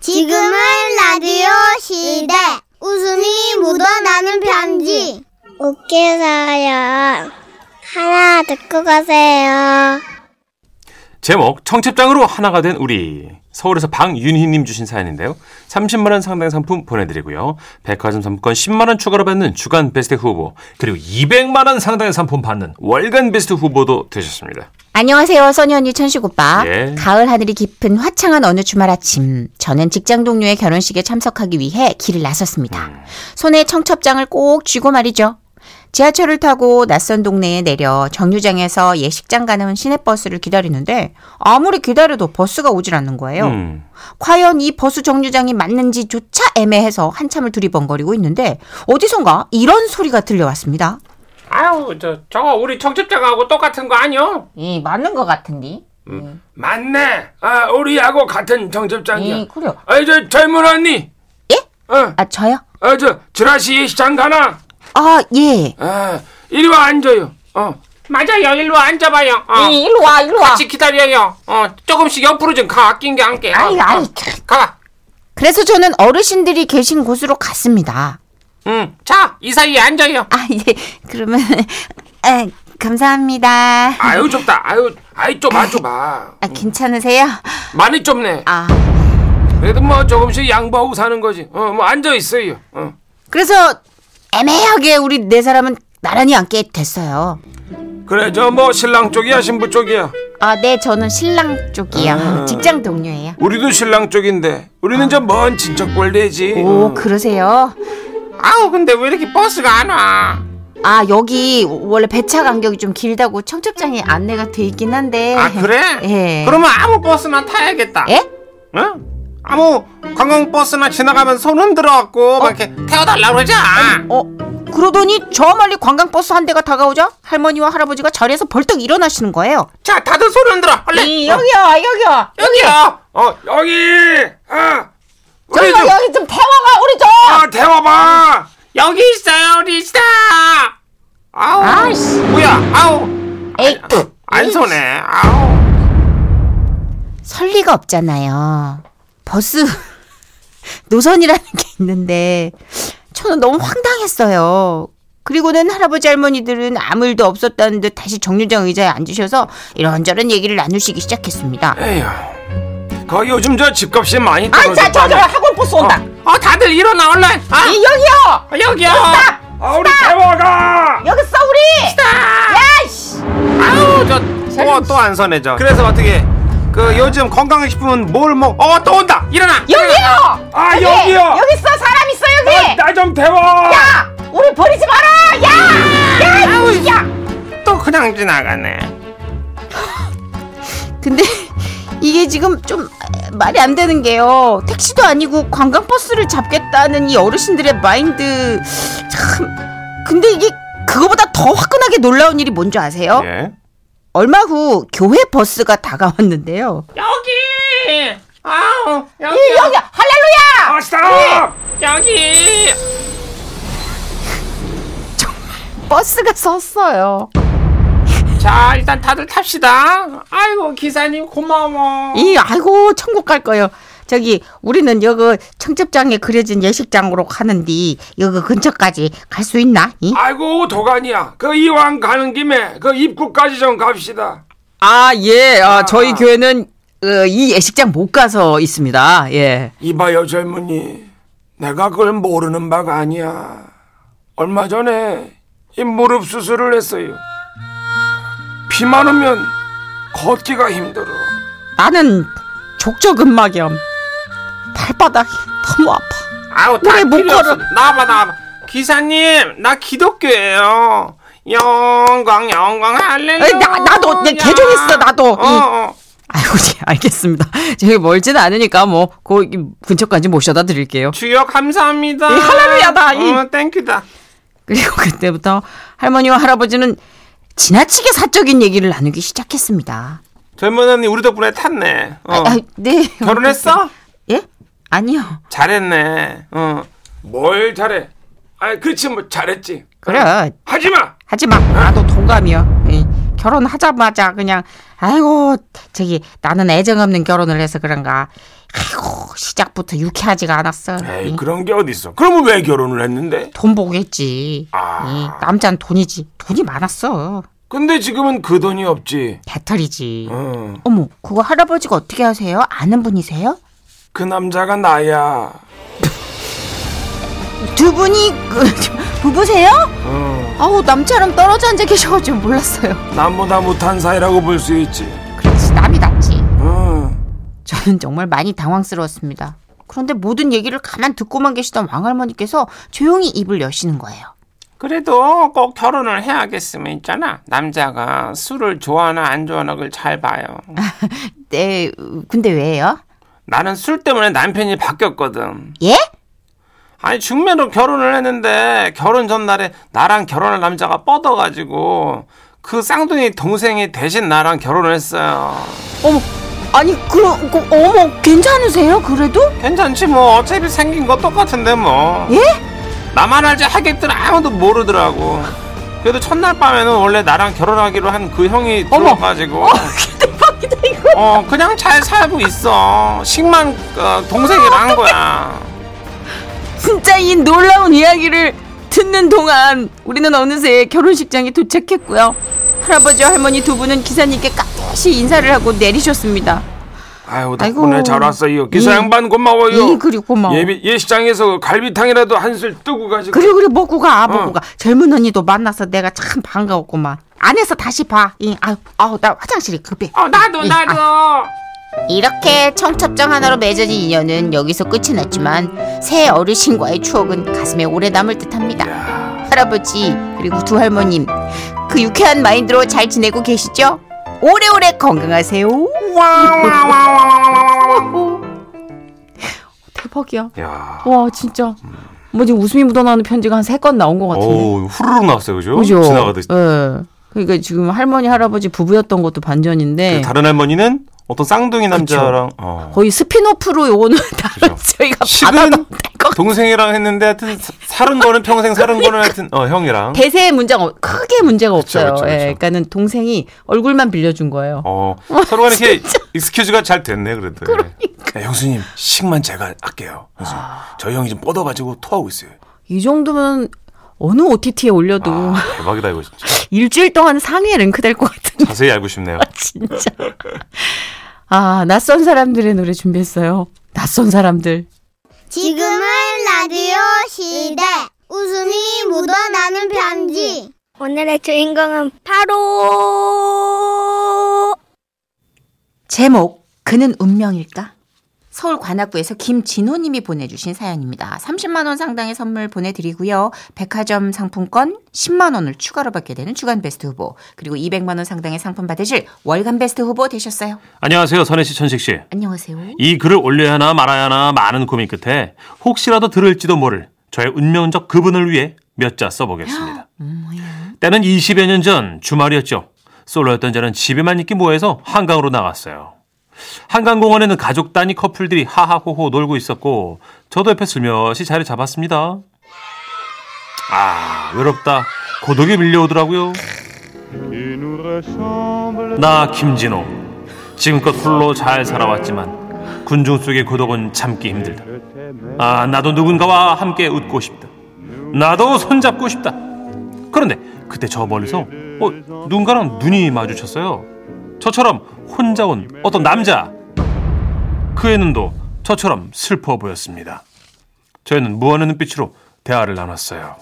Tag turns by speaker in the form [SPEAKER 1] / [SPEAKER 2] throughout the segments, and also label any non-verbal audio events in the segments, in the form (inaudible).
[SPEAKER 1] 지금은 라디오 시대. 웃음이 묻어나는 편지. 웃겨서요. 하나 듣고 가세요.
[SPEAKER 2] 제목 청첩장으로 하나가 된 우리 서울에서 방윤희님 주신 사연인데요. 30만 원 상당 상품 보내드리고요. 백화점 상품권 10만 원 추가로 받는 주간 베스트 후보 그리고 200만 원 상당의 상품 받는 월간 베스트 후보도 되셨습니다.
[SPEAKER 3] 안녕하세요. 선현이 천식 오빠.
[SPEAKER 2] 예.
[SPEAKER 3] 가을 하늘이 깊은 화창한 어느 주말 아침, 저는 직장 동료의 결혼식에 참석하기 위해 길을 나섰습니다.
[SPEAKER 2] 음.
[SPEAKER 3] 손에 청첩장을 꼭 쥐고 말이죠. 지하철을 타고 낯선 동네에 내려 정류장에서 예식장 가는 시내버스를 기다리는데 아무리 기다려도 버스가 오질 않는 거예요.
[SPEAKER 2] 음,
[SPEAKER 3] 과연 이 버스 정류장이 맞는지조차 애매해서 한참을 두리번거리고 있는데 어디선가 이런 소리가 들려왔습니다.
[SPEAKER 4] 아유 저 저거 우리 청첩장하고 똑같은 거 아니요?
[SPEAKER 3] 이 맞는 것 같은데.
[SPEAKER 4] 맞네. 아 우리하고 같은 청첩장이야.
[SPEAKER 3] 이 그래.
[SPEAKER 4] 아이 저 젊은 언니.
[SPEAKER 3] 예?
[SPEAKER 4] 어,
[SPEAKER 3] 아 저요?
[SPEAKER 4] 아저 지라시 시장 가나?
[SPEAKER 3] 아 예.
[SPEAKER 4] 아 이리 와 앉아요. 어. 맞아요. 일로 앉아봐요. 어.
[SPEAKER 3] 아. 이, 일로 와, 일로 와.
[SPEAKER 4] 기다려요. 어 조금씩 옆으로 좀 가. 아낀 게 안게.
[SPEAKER 3] 아이, 아이.
[SPEAKER 4] 어, 가.
[SPEAKER 3] 그래서 저는 어르신들이 계신 곳으로 갔습니다.
[SPEAKER 4] 응. 자, 이 사이에 앉아요.
[SPEAKER 3] 아, 예. 그러면, 아, 감사합니다.
[SPEAKER 4] 아유 좁다. 아유, 아이 좁아 좁아.
[SPEAKER 3] 아, 괜찮으세요?
[SPEAKER 4] 많이 좁네.
[SPEAKER 3] 아.
[SPEAKER 4] 그래도 뭐 조금씩 양보하고 사는 거지. 어, 뭐 앉아 있어요. 어.
[SPEAKER 3] 그래서 애매하게 우리 네 사람은 나란히 앉게 됐어요.
[SPEAKER 4] 그래, 저 뭐 신랑 쪽이야, 신부 쪽이야.
[SPEAKER 3] 아, 네, 저는 신랑 쪽이요.
[SPEAKER 4] 아.
[SPEAKER 3] 직장 동료예요.
[SPEAKER 4] 우리도 신랑 쪽인데 우리는 저 먼 친척 꼴대지.
[SPEAKER 3] 오, 그러세요?
[SPEAKER 4] 아우 근데 왜 이렇게 버스가 안 와?
[SPEAKER 3] 아, 여기 원래 배차 간격이 좀 길다고 청첩장에 안내가 돼 있긴 한데.
[SPEAKER 4] 아 그래?
[SPEAKER 3] 예.
[SPEAKER 4] 그러면 아무 버스나 타야겠다.
[SPEAKER 3] 예?
[SPEAKER 4] 응? 아무 관광 버스나 지나가면 손 흔들어갖고 막 이렇게 태워달라 그러자.
[SPEAKER 3] 어 그러더니 저 멀리 관광버스 한 대가 다가오자 할머니와 할아버지가 자리에서 벌떡 일어나시는 거예요.
[SPEAKER 4] 자 다들 손 흔들어. 얼른.
[SPEAKER 3] 이, 여기요 여기요
[SPEAKER 4] 여기요. 어 여기. 아 우리
[SPEAKER 3] 저기요
[SPEAKER 4] 좀
[SPEAKER 3] 여기 좀 태워가 우리 좀.
[SPEAKER 4] 아, 태워봐. 여기 있어요 우리 시다. 아우.
[SPEAKER 3] 아이씨.
[SPEAKER 4] 뭐야? 아우.
[SPEAKER 3] 에이,
[SPEAKER 4] 안 손해. 아우.
[SPEAKER 3] 설리가 없잖아요. 버스 (laughs) 노선이라는 게 있는데 저는 너무 황당했어요. 그리고는 할아버지 할머니들은 아무 일도 없었다는 듯 다시 정류장 의자에 앉으셔서 이런저런 얘기를 나누시기 시작했습니다.
[SPEAKER 4] 에휴. 거기 요즘 저 집값이 많이
[SPEAKER 3] 아, 자, 저, 저,
[SPEAKER 4] 떨어졌다며.
[SPEAKER 3] 학원 버스 온다.
[SPEAKER 4] 어, 다들 일어나 얼른. 아,
[SPEAKER 3] 이, 여기요.
[SPEAKER 4] 여기요. 아, 우리 대화가.
[SPEAKER 3] 여기 있어, 우리. 야, 씨.
[SPEAKER 4] 아우, 저뭐 또또안 선해져. 그래서 어떻게? 그 요즘 건강식품은 뭘 먹? 어, 또 온다. 일어나.
[SPEAKER 3] 아. 여기요!
[SPEAKER 4] 아,
[SPEAKER 3] 여기!
[SPEAKER 4] 여기요!
[SPEAKER 3] 여기 있어! 사람 있어, 여기!
[SPEAKER 4] 나좀 태워.
[SPEAKER 3] 야! 우리 버리지 마라! 야! 야! 야!
[SPEAKER 4] 또 그냥 지나가네.
[SPEAKER 3] 근데 (laughs) 이게 지금 좀 말이 안 되는 게요. 택시도 아니고 관광버스를 잡겠다는 이 어르신들의 마인드. 참. 근데 이게 그거보다 더 화끈하게 놀라운 일이 뭔지 아세요?
[SPEAKER 5] 네.
[SPEAKER 2] 예.
[SPEAKER 3] 얼마 후 교회 버스가 다가왔는데요.
[SPEAKER 4] 여기. 아우, 여기.
[SPEAKER 3] 이, 여기! 할렐루야!
[SPEAKER 4] 아, 스탑. 여기.
[SPEAKER 3] 버스가 섰어요.
[SPEAKER 4] 자, 일단 다들 탑시다. 아이고, 기사님 고마워.
[SPEAKER 3] 이 아이고 천국 갈 거예요. 저기 우리는 여기 청첩장에 그려진 예식장으로 가는데 여기 근처까지 갈 수 있나? 이?
[SPEAKER 4] 아이고 도가니야 그 이왕 가는 김에 그 입구까지 좀 갑시다
[SPEAKER 6] 아, 예. 아, 저희 교회는 어, 이 예식장 못 가서 있습니다. 예.
[SPEAKER 4] 이봐요 젊은이 내가 그걸 모르는 바가 아니야 얼마 전에 이 무릎 수술을 했어요 비만 오면 걷기가 힘들어
[SPEAKER 6] 나는 족저근막염. 발바닥이 너무 아파.
[SPEAKER 4] 아우
[SPEAKER 6] 다 필요 없어.
[SPEAKER 4] 나와봐 나와봐 기사님 나 기독교예요 영광 영광 할렐루야
[SPEAKER 6] 에이, 나- 나도, 내 개종 있어, 나도.
[SPEAKER 4] 어,
[SPEAKER 6] 이-
[SPEAKER 4] 어.
[SPEAKER 6] 아이고, 예, 알겠습니다. (laughs) 저희 멀진 않으니까 뭐, 그 근처까지 모셔다 드릴게요.
[SPEAKER 4] 주여 감사합니다
[SPEAKER 6] 이 할렐루야다, 이-
[SPEAKER 4] 어, 땡큐다
[SPEAKER 6] 그리고 (laughs) 그때부터 할머니와 할아버지는 지나치게 사적인 얘기를 나누기 시작했습니다.
[SPEAKER 4] 젊은 언니 우리 덕분에 탔네 어.
[SPEAKER 6] 아, 네.
[SPEAKER 4] 결혼했어?
[SPEAKER 6] 예? 아니요.
[SPEAKER 4] 잘했네. 어. 뭘 잘해? 아, 그렇지 뭐 잘했지.
[SPEAKER 6] 그래.
[SPEAKER 4] 하지 마.
[SPEAKER 6] 하지 마. 나도 동감이야. 예. 결혼하자마자 그냥 아이고 저기 나는 애정 없는 결혼을 해서 그런가
[SPEAKER 3] 아이고 시작부터 유쾌하지가 않았어.
[SPEAKER 2] 에이
[SPEAKER 3] 응?
[SPEAKER 2] 그런 게 어딨어. 그러면 왜 결혼을 했는데?
[SPEAKER 3] 돈 보겠지.
[SPEAKER 2] 아.
[SPEAKER 3] 응, 남자는 돈이지. 돈이 많았어.
[SPEAKER 2] 근데 지금은 그 돈이 없지.
[SPEAKER 3] 배터리지.
[SPEAKER 2] 응.
[SPEAKER 3] 어머, 그거 할아버지가 어떻게 하세요? 아는 분이세요?
[SPEAKER 2] 그 남자가 나야.
[SPEAKER 3] 두 분이 그, (laughs) 부부세요?
[SPEAKER 2] 어.
[SPEAKER 3] 아우 남처럼 떨어져 앉아 계셔가지고 몰랐어요.
[SPEAKER 2] 남보다 못한 사이라고 볼 수 있지. 어.
[SPEAKER 3] 그렇지 남이 낫지.
[SPEAKER 2] 응.
[SPEAKER 3] 저는 정말 많이 당황스러웠습니다. 그런데 모든 얘기를 가만 듣고만 계시던 왕할머니께서 조용히 입을 여시는 거예요.
[SPEAKER 4] 그래도 꼭 결혼을 해야겠으면 있잖아. 남자가 술을 좋아하나 안 좋아하나 그걸 잘 봐요.
[SPEAKER 3] 네, 근데 왜요?
[SPEAKER 4] 나는 술 때문에 남편이 바뀌었거든.
[SPEAKER 3] 예?
[SPEAKER 4] 아니 중매로 결혼을 했는데 결혼 전날에 나랑 결혼할 남자가 뻗어가지고 그 쌍둥이 동생이 대신 나랑 결혼을 했어요.
[SPEAKER 3] 어머, 아니 그럼 그, 어머 괜찮으세요? 그래도?
[SPEAKER 4] 괜찮지 뭐 어차피 생긴 거 똑같은데 뭐.
[SPEAKER 3] 예?
[SPEAKER 4] 나만 알지 하객들은 아무도 모르더라고. 그래도 첫날 밤에는 원래 나랑 결혼하기로 한 그 형이 들어가지고
[SPEAKER 3] 대박이다 이거.
[SPEAKER 4] 어 그냥 잘 살고 있어 식만 어, 동생이랑 한 거야
[SPEAKER 6] 진짜 이 놀라운 이야기를 듣는 동안 우리는 어느새 결혼식장에 도착했고요. 할아버지와 할머니 두 분은 기사님께 깍듯이 인사를 하고 내리셨습니다.
[SPEAKER 2] 아유
[SPEAKER 3] 아이고. 어.
[SPEAKER 2] 덕분에 잘 왔어요. 기사
[SPEAKER 3] 이-
[SPEAKER 2] 양반 고마워요.
[SPEAKER 3] 이 그리고 뭐. 고마워.
[SPEAKER 2] 예비 예시장에서 갈비탕이라도 한술 뜨고 가지고.
[SPEAKER 3] 그래 그래 먹고 가 먹고 가 젊은 언니도 만나서 내가 참 반가웠구만 안에서 다시 봐 이, 아유 아우 나 화장실이 급해
[SPEAKER 4] 어 나도
[SPEAKER 3] 이,
[SPEAKER 4] 나도
[SPEAKER 3] 아. 이렇게 청첩장 하나로 맺어진 인연은 여기서 끝이 났지만 새 어르신과의 추억은 가슴에 오래 남을 듯합니다 할아버지 그리고 두 할머님 그 유쾌한 마인드로 잘 지내고 계시죠 오래오래 건강하세요
[SPEAKER 6] 대박이야.
[SPEAKER 2] 야.
[SPEAKER 6] 와 진짜. 뭐지 웃음이 묻어나는 편지가 한 세 건 나온 것 같은데.
[SPEAKER 2] 오 후루룩 나왔어요, 그죠?
[SPEAKER 6] 그죠?
[SPEAKER 2] 지나가듯이.
[SPEAKER 6] 예. 그러니까 지금 할머니 할아버지 부부였던 것도
[SPEAKER 3] 네.
[SPEAKER 6] 반전인데
[SPEAKER 2] 그 다른 할머니는 어떤 쌍둥이 남자랑
[SPEAKER 3] 아,
[SPEAKER 2] 어.
[SPEAKER 6] 거의 스피노프로 요거는 (laughs) 다른 저희가
[SPEAKER 2] 식은
[SPEAKER 6] 받아도 될것
[SPEAKER 2] 동생이랑 했는데 하여튼 사- 살은 거는 평생 살은 거는 하여튼 어 형이랑.
[SPEAKER 6] 대세의 문제가 없- 크게 문제가
[SPEAKER 2] 음, 그쵸,
[SPEAKER 6] 없어요.
[SPEAKER 2] 그쵸,
[SPEAKER 6] 예,
[SPEAKER 2] 그쵸.
[SPEAKER 6] 그러니까는 동생이 얼굴만 빌려준 거예요.
[SPEAKER 2] 어 서로가 이렇게 익스큐즈가 잘 됐네 그래도. 예. 야, 형수님 식만 제가 할게요. 형수님. 저희 형이 좀 뻗어가지고 토하고 있어요.
[SPEAKER 6] 이 정도면 어느 OTT에 올려도
[SPEAKER 2] 아, 대박이다 이거 진짜.
[SPEAKER 6] (laughs) 일주일 동안 상위에 랭크될 것 같은데 (laughs)
[SPEAKER 2] 자세히 알고 싶네요.
[SPEAKER 6] 진짜. 아 낯선 사람들의 노래 준비했어요. 낯선 사람들.
[SPEAKER 1] 지금은 라디오 시대. 웃음이 묻어나는 편지. 오늘의 주인공은 바로
[SPEAKER 3] 제목 그는 운명일까? 서울 관악구에서 김진호 님이 보내주신 사연입니다. 30만 원 상당의 선물 보내드리고요. 백화점 상품권 10만 원을 추가로 받게 되는 주간 베스트 후보 그리고 200만 원 상당의 상품 받으실 월간 베스트 후보 되셨어요.
[SPEAKER 2] 안녕하세요 선혜 씨, 천식 씨.
[SPEAKER 3] 안녕하세요.
[SPEAKER 2] 이 글을 올려야 하나 말아야 하나 많은 고민 끝에 혹시라도 들을지도 모를 저의 운명적 그분을 위해 몇 자 써보겠습니다. 때는 20여 년 전 주말이었죠. 솔로였던 저는 집에만 있기 뭐해서 한강으로 나갔어요. 한강공원에는 가족 단위 커플들이 하하호호 놀고 있었고 저도 옆에 슬며시 자리 잡았습니다. 아 외롭다. 고독이 밀려오더라고요. 나 김진호. 지금껏 홀로 잘 살아왔지만 군중 속의 고독은 참기 힘들다. 아 나도 누군가와 함께 웃고 싶다. 나도 손잡고 싶다. 그런데 그때 저 멀리서 어, 누군가랑 눈이 마주쳤어요. 저처럼 혼자 온 어떤 남자. 그의 눈도 저처럼 슬퍼 보였습니다. 저희는 무언의 눈빛으로 대화를 나눴어요.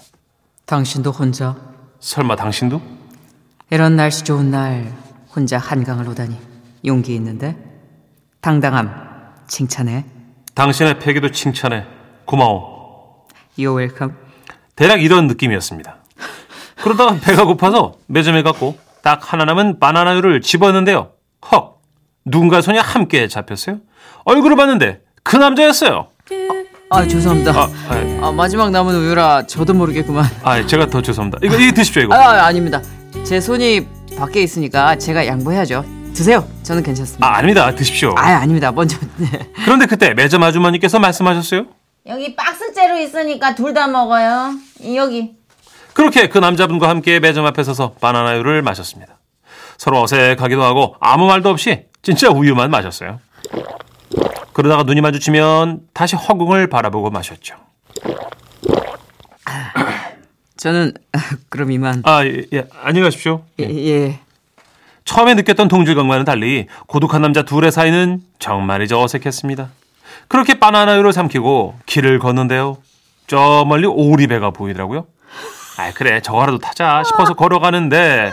[SPEAKER 6] 당신도 혼자
[SPEAKER 2] 설마 당신도?
[SPEAKER 6] 이런 날씨 좋은 날 혼자 한강을 오다니 용기 있는데 당당함 칭찬해
[SPEAKER 2] 당신의 패기도 칭찬해. 고마워.
[SPEAKER 6] 요 웰컴
[SPEAKER 2] 대략 이런 느낌이었습니다. 그러다 배가 고파서 매점에 갔고 딱 하나 남은 바나나유를 집었는데요. 헉! 누군가 손이 함께 잡혔어요. 얼굴을 봤는데 그 남자였어요.
[SPEAKER 6] 아 죄송합니다
[SPEAKER 2] 아,
[SPEAKER 6] 아,
[SPEAKER 2] 아이,
[SPEAKER 6] 마지막 남은 우유라 저도 모르게 그만
[SPEAKER 2] 아이, 제가 더 죄송합니다. 이거, 이거 드십시오,
[SPEAKER 6] 아,
[SPEAKER 2] 이거.
[SPEAKER 6] 아 아닙니다 제 손이 밖에 있으니까 제가 양보해야죠 드세요 저는 괜찮습니다
[SPEAKER 2] 아, 아닙니다. 드십시오.
[SPEAKER 6] 아 아닙니다 먼저 네.
[SPEAKER 2] 그런데 그때 매점 아주머니께서 말씀하셨어요.
[SPEAKER 3] 여기 박스째로 있으니까 둘 다 먹어요. 여기
[SPEAKER 2] 그렇게 그 남자분과 함께 매점 앞에 서서 바나나유를 마셨습니다. 서로 어색하기도 하고 아무 말도 없이 진짜 우유만 마셨어요. 그러다가 눈이 마주치면 다시 허공을 바라보고 마셨죠.
[SPEAKER 6] 저는 (laughs) 그럼 이만.
[SPEAKER 2] 아, 예, 예. 안녕히 가십시오.
[SPEAKER 6] 예, 예.
[SPEAKER 2] 처음에 느꼈던 동질감과는 달리 고독한 남자 둘의 사이는 정말이죠 어색했습니다. 그렇게 바나나유를 삼키고 길을 걷는데요. 저 멀리 오리배가 보이더라고요. 아 그래 저거라도 타자 싶어서 걸어가는데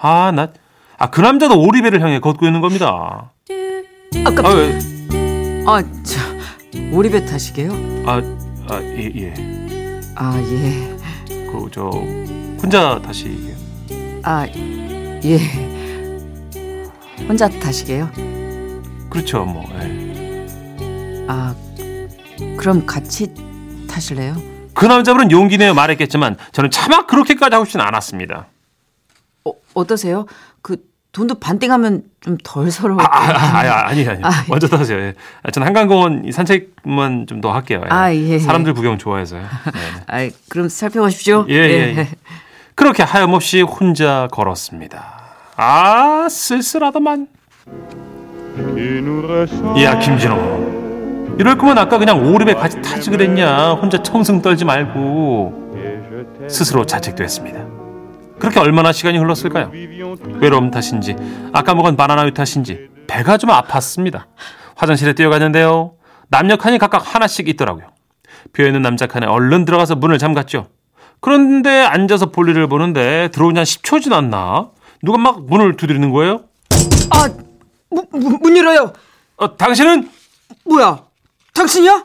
[SPEAKER 2] 아나아 그 남자도 오리배를 향해 걷고 있는 겁니다.
[SPEAKER 6] 아까
[SPEAKER 2] 아 예
[SPEAKER 6] 아, 저 오리배 타시게요?
[SPEAKER 2] 아, 아, 예, 예.
[SPEAKER 6] 아, 예.
[SPEAKER 2] 그 저 혼자 다시 얘기해요.
[SPEAKER 6] 아, 예. 혼자 타시게요?
[SPEAKER 2] 그렇죠 뭐 예.
[SPEAKER 6] 아, 그럼 같이 타실래요?
[SPEAKER 2] 그 남자분은 용기 내어 말했겠지만 저는 차마 그렇게까지 하고 싶진 않았습니다.
[SPEAKER 6] 어, 어떠세요? 그 돈도 반띵하면 좀 덜 서러워.
[SPEAKER 2] 아, 아, 아, 아니, 아니.
[SPEAKER 6] 아,
[SPEAKER 2] 먼저 타세요. 예. 아, 전 한강공원 이 산책만 좀 더 할게요. 예.
[SPEAKER 6] 아, 예, 예.
[SPEAKER 2] 사람들 구경 좋아해서요. 예.
[SPEAKER 6] 아, 그럼 살펴보십시오.
[SPEAKER 2] 예, 예, 예. 그렇게 하염없이 혼자 걸었습니다. 아, 쓸쓸하더만. 야, 김진호. 이럴 거면 아까 그냥 오름에 같이 타지 그랬냐. 혼자 청승 떨지 말고. 스스로 자책도 했습니다. 그렇게 얼마나 시간이 흘렀을까요? 외로움 탓인지 아까 먹은 바나나유 탓인지 배가 좀 아팠습니다. 화장실에 뛰어갔는데요. 남녀 칸이 각각 하나씩 있더라고요. 비어있는 남자 칸에 얼른 들어가서 문을 잠갔죠. 그런데 앉아서 볼일을 보는데 들어온 지 한 10초 지났나? 누가 막 문을 두드리는 거예요?
[SPEAKER 6] 아, 문, 문, 문 열어요.
[SPEAKER 2] 어, 당신은?
[SPEAKER 6] 뭐야? 당신이야?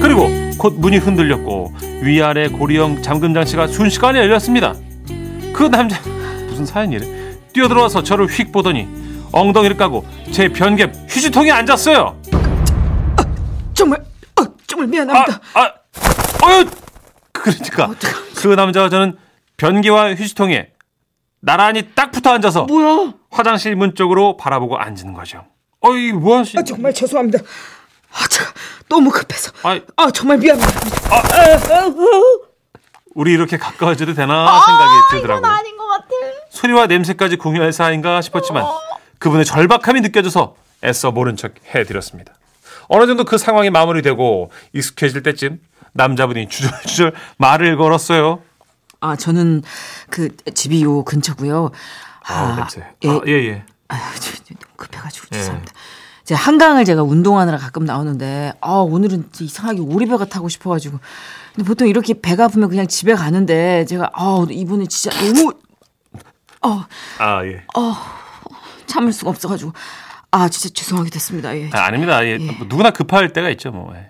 [SPEAKER 2] 그리고 곧 문이 흔들렸고 위아래 고리형 잠금 장치가 순식간에 열렸습니다. 그 남자 (laughs) 무슨 사연이래? 뛰어들어와서 저를 휙 보더니 엉덩이를 까고 제 변개 휴지통에 앉았어요.
[SPEAKER 6] 정말, 어, 정말
[SPEAKER 2] 아,
[SPEAKER 6] 미안합니다.
[SPEAKER 2] 아, 어유, 그러니까 그 남자와 저는 변기와 휴지통에 나란히 딱 붙어 앉아서
[SPEAKER 6] 뭐야?
[SPEAKER 2] 화장실 문 쪽으로 바라보고 앉는 거죠. 어이 뭐야 씨.
[SPEAKER 6] 아, 정말 죄송합니다. 아, 제가 너무 급해서.
[SPEAKER 2] 아,
[SPEAKER 6] 아, 정말 미안합니다.
[SPEAKER 2] 우리 이렇게 가까워져도 되나 아, 생각이 들더라고요. 아닌 어. 것 같아. 소리와 냄새까지 공유할 사이인가 싶었지만 그분의 절박함이 느껴져서 애써 모른 척 해드렸습니다. 어느 정도 그 상황이 마무리되고 익숙해질 때쯤 남자분이 주절주절 말을 걸었어요.
[SPEAKER 6] 아, 저는 그 집이 요 근처고요.
[SPEAKER 2] 아, 냄새.
[SPEAKER 6] 예,
[SPEAKER 2] 아, 예, 예.
[SPEAKER 6] 아, 저, 저 너무 급해가지고 죄송합니다. 제 한강을 제가 운동하느라 가끔 나오는데 아 오늘은 진짜 이상하게 오리배가 타고 싶어가지고 근데 보통 이렇게 배가 아프면 그냥 집에 가는데 제가 아 이번에 진짜 너무
[SPEAKER 2] 아, 예.
[SPEAKER 6] 참을 수가 없어가지고 아 진짜 죄송하게 됐습니다. 예.
[SPEAKER 2] 아, 아닙니다. 예. 뭐 누구나 급할 때가 있죠, 뭐. 예.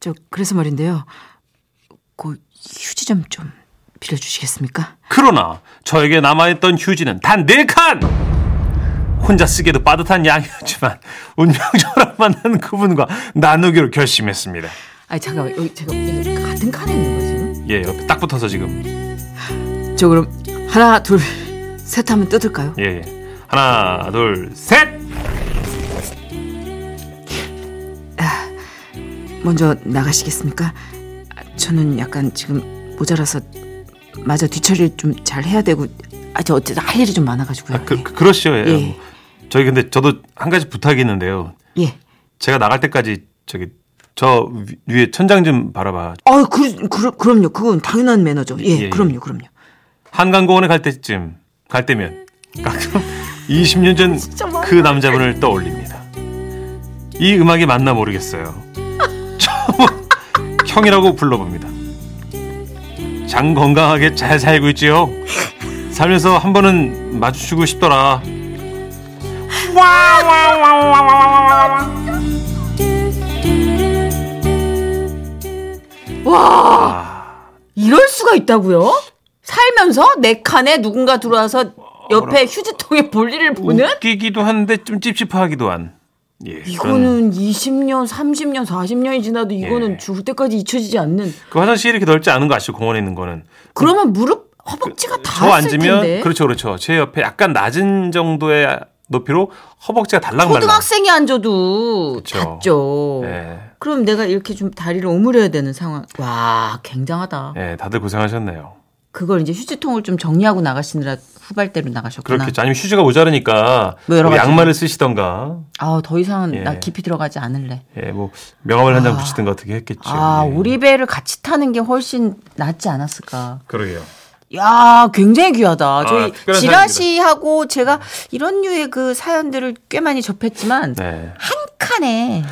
[SPEAKER 6] 저 그래서 말인데요. 그 휴지 좀 좀 빌려주시겠습니까?
[SPEAKER 2] 그러나 저에게 남아있던 휴지는 단 네 칸! 혼자 쓰기에도 빠듯한 양이었지만 (laughs) 운명적으로 만난 그분과 나누기로 결심했습니다.
[SPEAKER 6] 아니 잠깐만 여기 제가 이거 같은 칸에 있는 거예요 지금?
[SPEAKER 2] 예, 옆에 딱 붙어서 지금.
[SPEAKER 6] 저 그럼 하나 둘 셋 하면 뜯을까요?
[SPEAKER 2] 예, 예. 하나, 둘, 셋!
[SPEAKER 6] 먼저 나가시겠습니까? 아, 저는 약간 지금 모자라서 마저 뒤처리를 좀 잘 해야 되고 아저 어쨌든 할 일이 좀 많아가지고요.
[SPEAKER 2] 그, 그, 그러시죠, 예.
[SPEAKER 6] 예.
[SPEAKER 2] 저희 근데 저도 한 가지 부탁이 있는데요.
[SPEAKER 6] 예. 예.
[SPEAKER 2] 제가 나갈 때까지 저기 저 위- 위에 천장 좀 바라봐.
[SPEAKER 6] 아, 그, 그, 그럼요. 그건 당연한 매너죠. 예,
[SPEAKER 2] 예, 예.
[SPEAKER 6] 그럼요, 그럼요.
[SPEAKER 2] 한강공원에 갈 때쯤, 갈 때면 가끔 20년 전 그 남자분을 떠올립니다. 이 음악이 맞나 모르겠어요. (laughs) 처음 형이라고 불러봅니다. 장 건강하게 잘 살고 있지요. 살면서 한 번은 마주치고 싶더라. 아.
[SPEAKER 6] 이럴 수가 있다고요? 살면서 내 칸에 누군가 들어와서 옆에 휴지통에 볼일을 보는?
[SPEAKER 2] 웃기기도 한데 좀 찝찝하기도 한. 예, 그런-
[SPEAKER 6] 이거는 20년, 30년, 40년이 지나도 이거는
[SPEAKER 2] 예.
[SPEAKER 6] 죽을 때까지 잊혀지지 않는.
[SPEAKER 2] 그 화장실이 이렇게 넓지 않은 거 아시죠? 공원에 있는 거는.
[SPEAKER 6] 그러면 무릎, 허벅지가 다
[SPEAKER 2] 그, 저
[SPEAKER 6] 왔을
[SPEAKER 2] 앉으면
[SPEAKER 6] 텐데.
[SPEAKER 2] 그렇죠 그렇죠 제 옆에 약간 낮은 정도의 높이로 허벅지가 달랑말랑
[SPEAKER 6] 초등학생이 앉아도
[SPEAKER 2] 그쵸.
[SPEAKER 6] 닿죠.
[SPEAKER 5] 네.
[SPEAKER 2] 예.
[SPEAKER 5] 네.
[SPEAKER 6] 그럼 내가 이렇게 좀 다리를 오므려야 되는 상황. 와, 굉장하다.
[SPEAKER 2] 예, 다들 고생하셨네요
[SPEAKER 6] 그걸 이제 휴지통을 좀 정리하고 나가시느라 후발대로 나가셨구나.
[SPEAKER 5] 그렇겠죠. 아니면 휴지가 모자라니까
[SPEAKER 6] 뭐 여러
[SPEAKER 5] 뭐
[SPEAKER 6] 가지.
[SPEAKER 5] 양말을 쓰시던가,
[SPEAKER 6] 아, 더 이상은
[SPEAKER 5] 예.
[SPEAKER 6] 나 깊이 들어가지 않을래.
[SPEAKER 5] 예, 뭐 명함을 한 장 붙이든가 어떻게 했겠죠.
[SPEAKER 6] 아,
[SPEAKER 5] 예.
[SPEAKER 6] 오리배를 같이 타는 게 훨씬 낫지 않았을까.
[SPEAKER 5] 그러게요.
[SPEAKER 6] 야, 굉장히 귀하다.
[SPEAKER 5] 아,
[SPEAKER 6] 저희
[SPEAKER 5] 특별한
[SPEAKER 6] 지라 씨하고 제가 이런 류의 그 사연들을 꽤 많이 접했지만
[SPEAKER 5] 네.
[SPEAKER 6] 한 칸에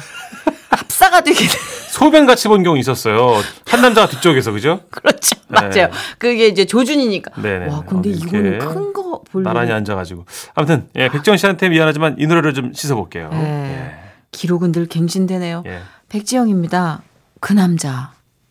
[SPEAKER 6] 합사가 되게
[SPEAKER 5] 소변 같이 본 경우 있었어요. 한 남자가 뒤쪽에서 그죠?
[SPEAKER 6] (laughs) 그렇죠. 맞아요. 그게 이제 조준이니까.
[SPEAKER 5] 네. 네네.
[SPEAKER 6] 와, 근데
[SPEAKER 5] 어, 이렇게
[SPEAKER 6] 이거는 큰 거
[SPEAKER 5] 나란히
[SPEAKER 6] 볼래.
[SPEAKER 5] 앉아가지고. 아무튼 예, 백지영 씨한테 미안하지만 이 노래를 좀 씻어볼게요.
[SPEAKER 6] 네. 기록은 늘 갱신되네요.
[SPEAKER 5] 예. 예.
[SPEAKER 6] 백지영입니다. 그 남자.